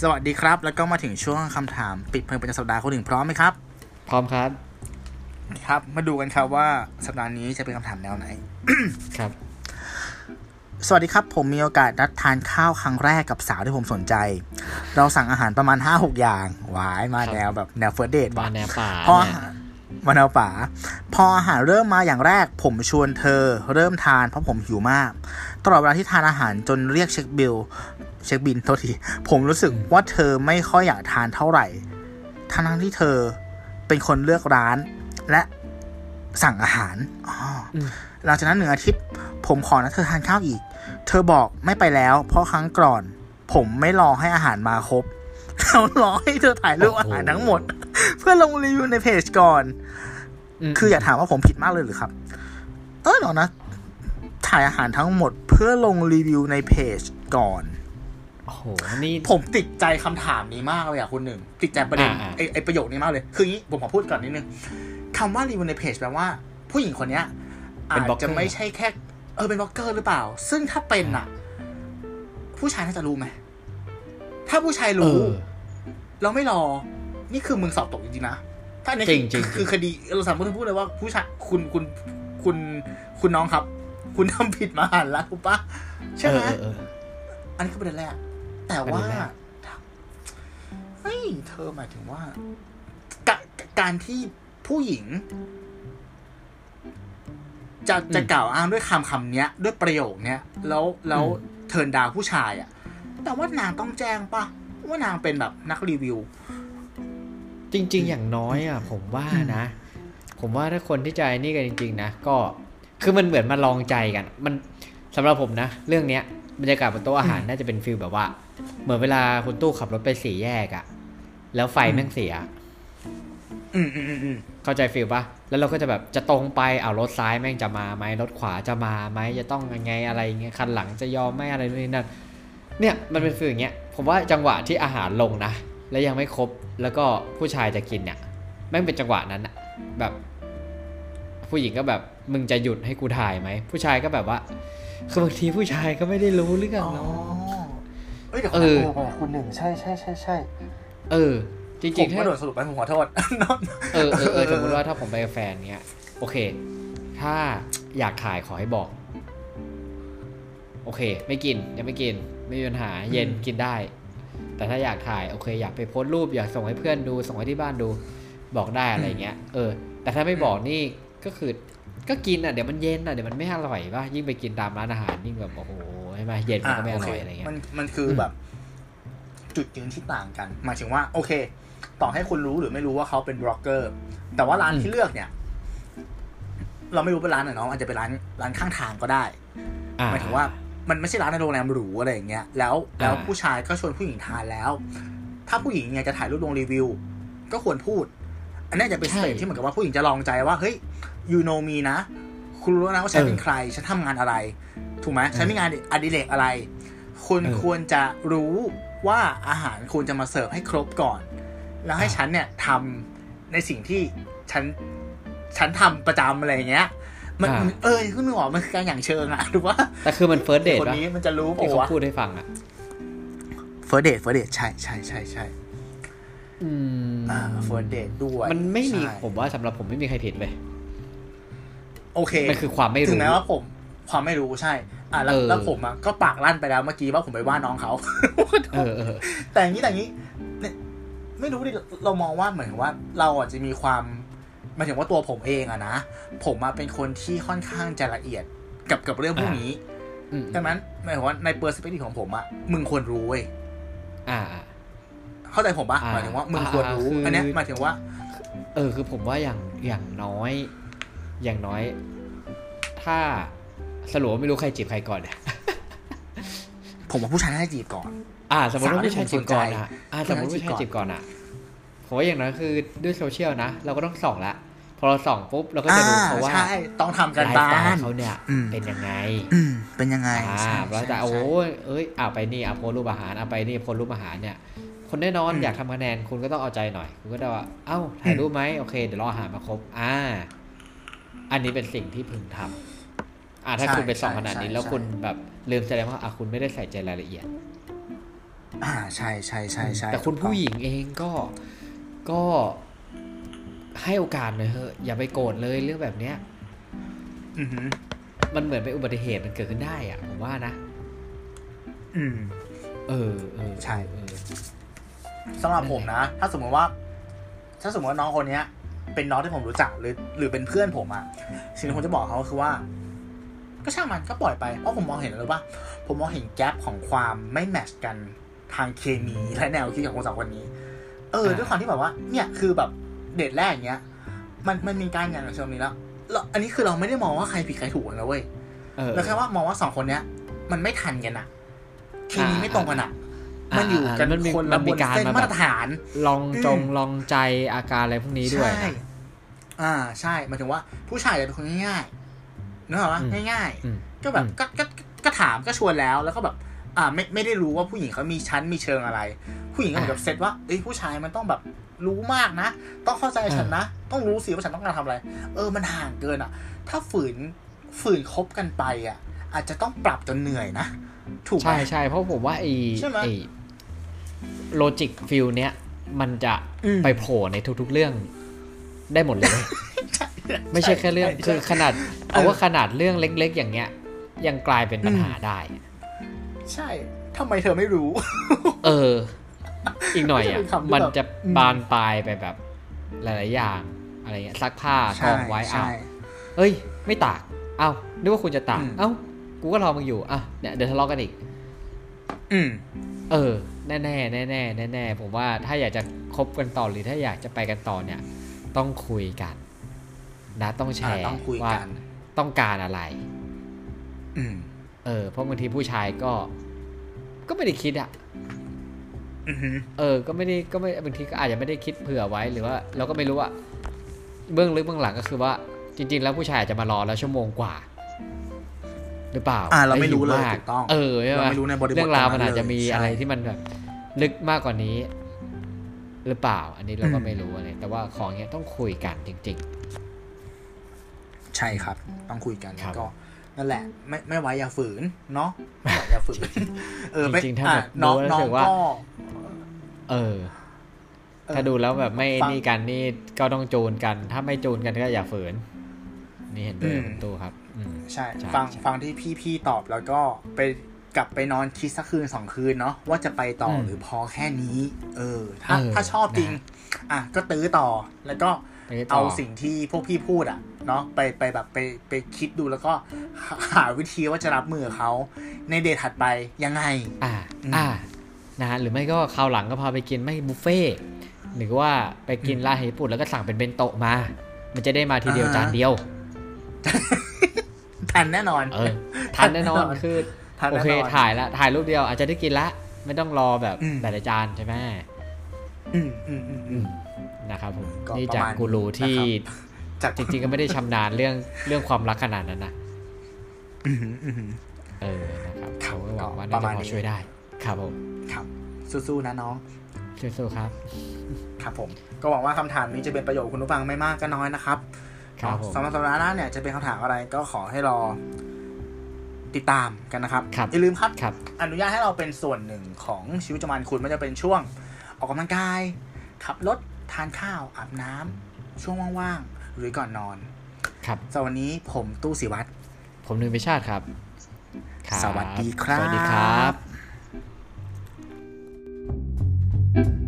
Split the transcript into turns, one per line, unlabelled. สวัสดีครับ แล้วก็มาถึงช่วงคำถามปิดเพลงประจำสัปดาห์คนหนึ่งพร้อมไหมครับ
พร้อมครับ
ครับ มาดูกันครับว่าสัปดาห์นี้จะเป็นคำถามแนวไหน
ครับ
สวัสดีครับ ผมมีโอกาสนัดทานข้าวครั้งแรกกับสาวที่ผมสนใจ เราสั่งอาหารประมาณ 5-6 อย่างหวายมา
ครับ
แนวแบบแนวเฟิร์สเดท
มา
ว่ะ
แนวป่า
พอ
เนี่ย
มะนาวป่า พออาหารเริ่มมาอย่างแรก ผมชวนเธอเริ่มทานเพราะผมหิวมาก ตลอดเวลาที่ทานอาหารจนเรียกเช็คบิลเช็คบินโทษที ผมรู้สึกว่าเธอไม่ค่อยอยากทานเท่าไหร่ ทั้งทั้งๆที่เธอเป็นคนเลือกร้านและสั่งอาหารอ๋ออหลังจากนั้นหนึ่งอาทิตย์ ผมขอนะเธอทานข้าวอีก เธอบอกไม่ไปแล้ว เพราะครั้งก่อน ผมไม่รอให้อาหารมาครบ เขารอให้เธอถ่ายรูปอาหารทั้งหมด เพื่อลงรีวิวในเพจก่อน
ม
คืออยากถามว่าผมผิดมากเลยหรือครับ เออหนอนะ ถ่ายอาหารทั้งหมดเพื่อลงรีวิวในเพจก่อน
โอ้โห นี่
ผมติดใจคำถามนี้มากเลยอ่ะคุณหนึ่ง ติดใจประเด็น
อ่าๆ
ไอ้ไอประโยคนี้มากเลย คืออย่างนี้ผมขอพูดก่อนนิดนึงคำว่ารีวิวในเพจแปลว่า ผู้หญิงคนเนี้ยอาจจะไม่ใช่แค่ เออเป็นบล็อกเกอร์หรือเปล่า ซึ่งถ้าเป็นอ่ะ ผู้ชายน่าจะรู้ไหมถ้าผู้ชาย
เอ
รู้
อ
เราไม่รอ นี่คือมึงสอบตกจริงๆนะ ถ้าใน
จริงๆจริงๆ
คือคดีเราสามารถพูดเลยว่าผู้ชายคุณคุณคุณคุณน้องครับ คุณทำผิดมาหันละถูกปะใช่ไหม
เออเออ
อันนี้คือประเด็นแรก แต่ว่า
ประเด็นแรก
เฮ้ยเธอหมายถึงว่ากะการที่ผู้หญิง จะจะกล่าวอ้างด้วยคำคำเนี้ย ด้วยประโยคเนี้ยแล้วแล้วเทิร์นดาวผู้ชายอะแต่ว่านางต้องแจ้งปะว่านางเป็นแบบนักรีวิว
จริง ๆ อย่างน้อยอ่ะ ผมว่านะ ผมว่าถ้าคนที่ใจนี่กันจริง ๆ นะ ก็ คือมันเหมือนมาลองใจกัน มันสำหรับผมนะ เรื่องเนี้ยบรรยากาศบนโต๊ะอาหารน่าจะเป็นฟิลแบบว่า เหมือนเวลาคุณตู้ขับรถไปสี่แยกอ่ะ แล้วไฟแม่งเสีย
อืมอืมอืมอืม
เข้าใจฟิลปะแล้วเราก็จะแบบจะตรงไปเอารถซ้ายแม่งจะมาไหมรถขวาจะมาไหมจะต้องยังไงอะไรเงี้ยคันหลังจะยอมไหม่อะไรนู่นนี่นั่น เนี่ยมันเป็นฟิลอย่างเงี้ย ผมว่าจังหวะที่อาหารลงนะ แล้วยังไม่ครบ แล้วก็ผู้ชายจะกินเนี่ย แม่งเป็นจังหวะนั้นอะแบบ ผู้หญิงก็แบบมึงจะหยุดให้กูถ่ายไหม ผู้ชายก็แบบว่า คือบางทีผู้ชายก็ไม่ได้รู้เรื่องเนาะ
เอ้ยเดี๋ยว
เอ
ขอ
อ
โทษก่อนคุณหนึ่งใช่ใช่ใช่ใช่
เออ จ
ผ
ริ
ม
งๆถ้า
ไม่โดนสรุปไปผมขอโทษ น้อง
เออเออเออ
เออ
สมมติว่าถ้าผมไปกับแฟนเนี้ย โอเค ถ้าอยากถ่ายขอให้บอก โอเค ไม่กินยังไม่กิน ไม่มีปัญหา เย็นกินได้ แต่ถ้าอยากถ่ายโอเค อยากไปโพสต์รูปอยากส่งให้เพื่อนดู ส่งให้ที่บ้านดูบอกได้อะไรเงี้ยเออ แต่ถ้าไม่บอกนี่ก็คือก็กินอ่ะเดี๋ยวมันเย็นอ่ะเดี๋ยวมันไม่อร่อยป่ะยิ่งไปกินตามร้านอาหารยิ่งแบบโอ้โหใช่ไหมเย็นมันก็ไม่อ
โอเค
ร่อยอะไรเงี้ย
มันมันคืออ
ม
แบบ จุดยืนที่ต่างกันหมายถึงว่า โอเค ต่อให้คุณรู้หรือไม่รู้ว่าเขาเป็นบล็อกเกอร์ แต่ว่าร้านที่เลือกเนี่ย เราไม่รู้เป็นร้านไหนเนาะอาจจะเป็นร้านร้านข้างทางก็ได้
อ่
หมายถึงว่ามันไม่ใช่ร้านในโรงแรมหรูอะไรอย่างเงี้ย แล้วแล้ว
อ่า
ผู้ชายก็ชวนผู้หญิงทานแล้ว ถ้าผู้หญิงเนี่ยจะถ่ายรูปลงรีวิว ก็ควรพูด อันนี้จะเป็นสเตจที่เหมือนกับว่าผู้หญิงจะลองใจว่าเฮ้ย you know me นะ คุณรู้นะว่าฉันเป็นใคร ฉันทำงานอะไร ถูกไหมฉันมีงานอดิเรกอะไร คุณ
เออ
ควรจะรู้ว่าอาหารควรจะมาเสิร์ฟให้ครบก่อน แล้วให้
อ่า
ฉันเนี่ยทำในสิ่งที่ฉันฉันทำประจำอะไรอย่างเงี้ย มันมันเออคุณนึกออกมันคือการอย่างเชิงอะถูกปะ
แต่คือมันเฟิร์สเดท
คน
ป่ะ
นี้มันจะรู้ป่า
ที่เขา
วะ
พูดให้ฟังอ่ะ
เฟิร์สเดทเฟิร์สเดทใช่ใช่ใช่ใช่
อืม
อ่าเฟิร์สเดทด้วย
มันไม่มี
ใช่
ผมว่าสำหรับผมไม่มีใครผิดเลย
โอเค
มันคือความไม่
ถึ
รู้
งแม้ว่าผม ความไม่รู้ใช่ อ่าแล้ว
เออ
แล้วผมอ่ะก็ปากลั่นไปแล้วเมื่อกี้ว่าผมไปว่าน้องเขา
เออเออ
แต่อย่างนี้แต่อย่างนี้เนี่ยไม่รู้ดิเรามองว่าเหมือนว่า เราอาจจะมีความหมายถึงว่าตัวผมเองอะนะผมมาเป็นคนที่ค่อนข้างจะละเอียดกับกับเรื่องพวก
อ่านี้
นี้
อืม
ดังนั้นหมายถึงว่าในเปอร์สเปกทีฟของผมอะมึงควรรู้เว้ย
อ่า
เข้าใจผมปะ
อ่า
หมายถึงว่ามึงควรรู้
อ่าคืออั
อันเนี้ยหมายถึงว่า
เออ คือผมว่าอย่างอย่างน้อย อย่างน้อย ถ้าสรุปว่าไม่รู้ใครจีบใครก่อนเนี่ย
ผมว่าผู้ชายน่าจะจีบก่อน
อ่า สมมติว่าผู้ชายจีบก่อน
สาวที่ผมสน
อ่ะ
ใจ
อ่าสมมติว่า
ผู้
ผู้
ชา
ชาย ย
จี
จี
บบ ก่
ก่
อ
อน นอ่ะผมว่าอย่างน้อยคือด้วยโซเชียลนะเราก็ต้องส่องละพอเราส่องปุ๊บเราก็จะรู้เขาว่า
ใช่ ต้องทำกัน
ไลฟ์
บ้า
ส
น
ไตล์เขาเนี่ย
อืม
เป็นยังไง
อืม เป็นยังไง
อ่า
ใช่
เราจะ
ใช่
โอ้
ใช่
ยเอ้ยเอาไปนี่เอาโพสต์รูปอาหารเอาไปนี่โพสต์รูปอาหารเนี่ย คนแน่นอน
อืม
อยากทำคะแนนคุณก็ต้องเอาใจหน่อย คุณก็ได้ว่า เอ้าถ่ายรูปไหมโอเคเดี๋ยวรออาหารมาครบ อ่า อันนี้เป็นสิ่งที่พึงทำอ่าถ้า
ใช่
คุณไปส่องขนาดนี้
ใช่
แล้ว
ใช่
คุณแบบลืมแสดงว่าอ่ะคุณไม่ได้ใส่ใจรายละเอียด
อ่าใช่ใช่ใช่ใช่
แต่คุณ
ถูกอง
ผู้หญิงเองก็ก็ให้โอกาสหน่อยเถอะอย่าไปโกรธเลยเรื่องแบบเนี้ย
อือหือ
มันเหมือนเป็นอุบัติเหตุมันเกิดขึ้นได้อะผมว่านะ
อืม
เออเออ
ใช่
เออ
สำหรับผมนะ ถ้าสมมติว่า ถ้าสมมติว่าน้องคนเนี้ย เป็นน้องที่ผมรู้จักหรือ หรือเป็นเพื่อนผมอะสิ่งที่ผมจะบอกเขาคือว่า ก็ช่างมันก็ปล่อยไป เพราะผมมองเห็นเลยว่า ผมมองเห็นแกลบของความไม่แมทชกันทางเคมีและแนวคิดของคนสองคนนี้ เออ
อ่า
ด้วยความที่แบบว่า เนี่ยคือแบบเดทแรกอย่างเงี้ย มันมันมีการงานกับชมนี้แล้วแล้วอันนี้คือเราไม่ได้มองว่าใครผิดใครถูกนะเว้ย
เออ
แล้วแค่ว่ามองว่าสองคนเนี้ย มันไม่ทันกันอะเคมีไม่ตรงกันอะ
อ่า
มันอยู่กัน
อ่ามันมี
คน
มั
ละ
น
บ
มี
น
การ
เส้น
มาแบบ
มาตรฐาน
ลองจง
อืม
ลองใจอาการอะไรพวกนี้ด้วยนะ
ใช่อ่าใช่หมายถึงว่าผู้ชายจะเป็นคนง่ายๆนึกออกปะ
อืม
ง่าย
อืม
ๆ ก็แบบ
อืม
ก็ก็ก็ก็ถามก็ชวนแล้วแล้วก็แบบ อ่าไม่ไม่ได้รู้ว่าผู้หญิงเขามีชั้นมีเชิงอะไร ผู้หญิงก็เหมือนกับเซตว่าเอ้ยผู้ชายมันต้องแบบรู้มากนะ ต้องเข้าใจฉันนะ ต้องรู้สิว่าฉันต้องการทำอะไร เออมันห่างเกินอ่ะ ถ้าฝืนฝืนคบกันไปอ่ะ อาจจะต้องปรับจนเหนื่อยนะถูกไหม
ใช่ใช่เพราะผมว่าไอ้
ใช่ไหม
ไอ้โลจิกฟิลเนี้ยมันจะ
อืม
ไปโผล่ในทุกๆเรื่องได้หมดเลย ไม่ใช่แค่เรื่อง
ใช่
คือ
ใช่
ขนาดเอาว่าขนาดเรื่องเล็ก ๆ อย่างเงี้ย ยังกลายเป็นปัญหาได้
ใช่ทำไมเธอไม่รู้
เออ อีกหน่อย
ไม่ใช่
อ่ะ
เป็นคำที่
มัน
แบบ
จะ
อืม
บานปลายไปแบบหลายๆอย่างอะไรเงี้ยซักผ้าก
ใช่
องไว้อ้า
ใช่
ว เอ้ย ไม่ตาก เอ้านึกว่าคุณจะตาก
อืม
เอ้า กูก็รอมึงอยู่ อ่ะ เนี่ย เดี๋ยวทะเลาะกันอีก
อืม
เออ แน่ๆแน่ๆแน่ๆแน่ๆผมว่าถ้าอยากจะคบกันต่อหรือถ้าอยากจะไปกันต่อเนี่ย ต้องคุยกัน นะต้องแชร์
อ่าต้องคุย
ว่า
กัน
ต้องการอะไร
อืม
เออ เพราะบางทีผู้ชายก็ ก็ไม่ได้คิดอะ
อือหือ
เออ ก็ไม่ได้ ก็ไม่ บางทีก็อาจจะไม่ได้คิดเผื่อไว้ หรือว่า เราก็ไม่รู้ว่าเบื้องลึกเบื้องหลังก็คือว่า จริง ๆ แล้วผู้ชายอาจจะมารอแล้วชั่วโมงกว่า หรือเปล่า
อ่าเราไม่รู้
หิว
เลย
ก
ถูกต้อง
เออใช่ปะ
เราไม่รู้ในบริบท
เรื่องราวมั
ตร
น
งนั้น
อาจจะมี
เลยใช่
อะไรที่มันแบบลึกมากกว่านี้ หรือเปล่า อันนี้เราก็
อืม
ไม่รู้อะไรแต่ว่าของเนี้ยต้องคุยกันจริง
ใช่ครับ ต้องคุยกัน
ค
แล้
รับ
วก็นั่นแหละ ไม่ไม่ไว้อย่าฝืน เนาะไม่ไหวอย่าฝืน เออไม่
จริงๆถ้า
อ่ะ
แบบ
น้อง
ดูแล้ว
น้อ
รู้
ง
สึกว่า
ก็
ๆ เออ
เออ
ถ้าดูแล้วแบบไม่
ฟัง
นี่กันนี่ก็ต้องจูนกัน ถ้าไม่จูนกันก็อย่าฝืน นี่เห็นด้วยกั
อืม
บคุณตู้ครับ อืม
ใช่
ใช่
ฟัง
ใช่
ฟังที่พี่พี่ตอบแล้วก็ไปกลับไปนอนคิดสักคืนสองคืนเนาะว่าจะไปต่ออ
ม
หรือพอแค่นี้ เออ ถ้า
เออ
ถ้าชอบจริง
นะ
อ่ะก็ตื้อต่อแล้วก็
ไปต่
เอาสิ่งที่พวกพี่พูดอะเนาะไปไปแบบไปไปคิดดูแล้วก็หาหาวิธีว่าจะรับมือกับเขาในเดทถัดไปยังไง
อ่า
อืม
อ่า นะฮะ หรือไม่ก็คราวหลังก็พาไปกินไม่บุฟเฟ่ต์หรือว่าไปกินร้านอาหารญี่ปุ่นแล้วก็สั่งเป็นเบนโตะมา มันจะได้มาทีเดียว
อ่า
จานเดียว
ทันแน่นอน
เอ อ ทันแน่นอน คือ
ทันแน่นอน
โอเค ถ่ายละ ถ่ายรูปเดียวอาจจะได้กินละ ไม่ต้องรอแบบ
อืม
หลายๆจานใช่ไหม
อืมอืมอืมอืม
นะครับผม
ก็
นี่จา
ประ
ก
มาณ
กูรูที่
นี้นะค จาก
จริงๆก็ไม่ได้ชำนาญเรื่องเรื่องความรักขนาดนั้นนะ
อืมอืมอืม
เออ นะครับ
ครับ
ผมก็หวังว่า
ก็ประมา
น่าจะ
ณ
พอ
นี้
ช่วยได้ ครับผม
ครับ สู้ๆนะน้อง
สู้ๆครับ
ครับผม ก็หวังว่าคำถามนี้จะเป็นประโยชน์กับคุณผู้ฟังไม่มากก็น้อยนะครับ
ครับผม
สำหรับสัปดาห์หน้าเนี่ยจะเป็นคำถามอะไรก็ขอให้รอติดตามกันนะครับ
ครับ
อย่าลืมครับ
ครับ
อนุญาตให้เราเป็นส่วนหนึ่งของชีวิตประจำวันคุณไมันจะเป็นช่วงออกกำลังกาย ขับรถทานข้าวอาบน้ำช่วงว่างๆ หรือก่อนนอน
ครับ
สำหรับวันนี้ผมตู้สิวัตร
ผมหนึ่งพิชาติครับครับ
สวัสดีครับ
สวัสดีครับ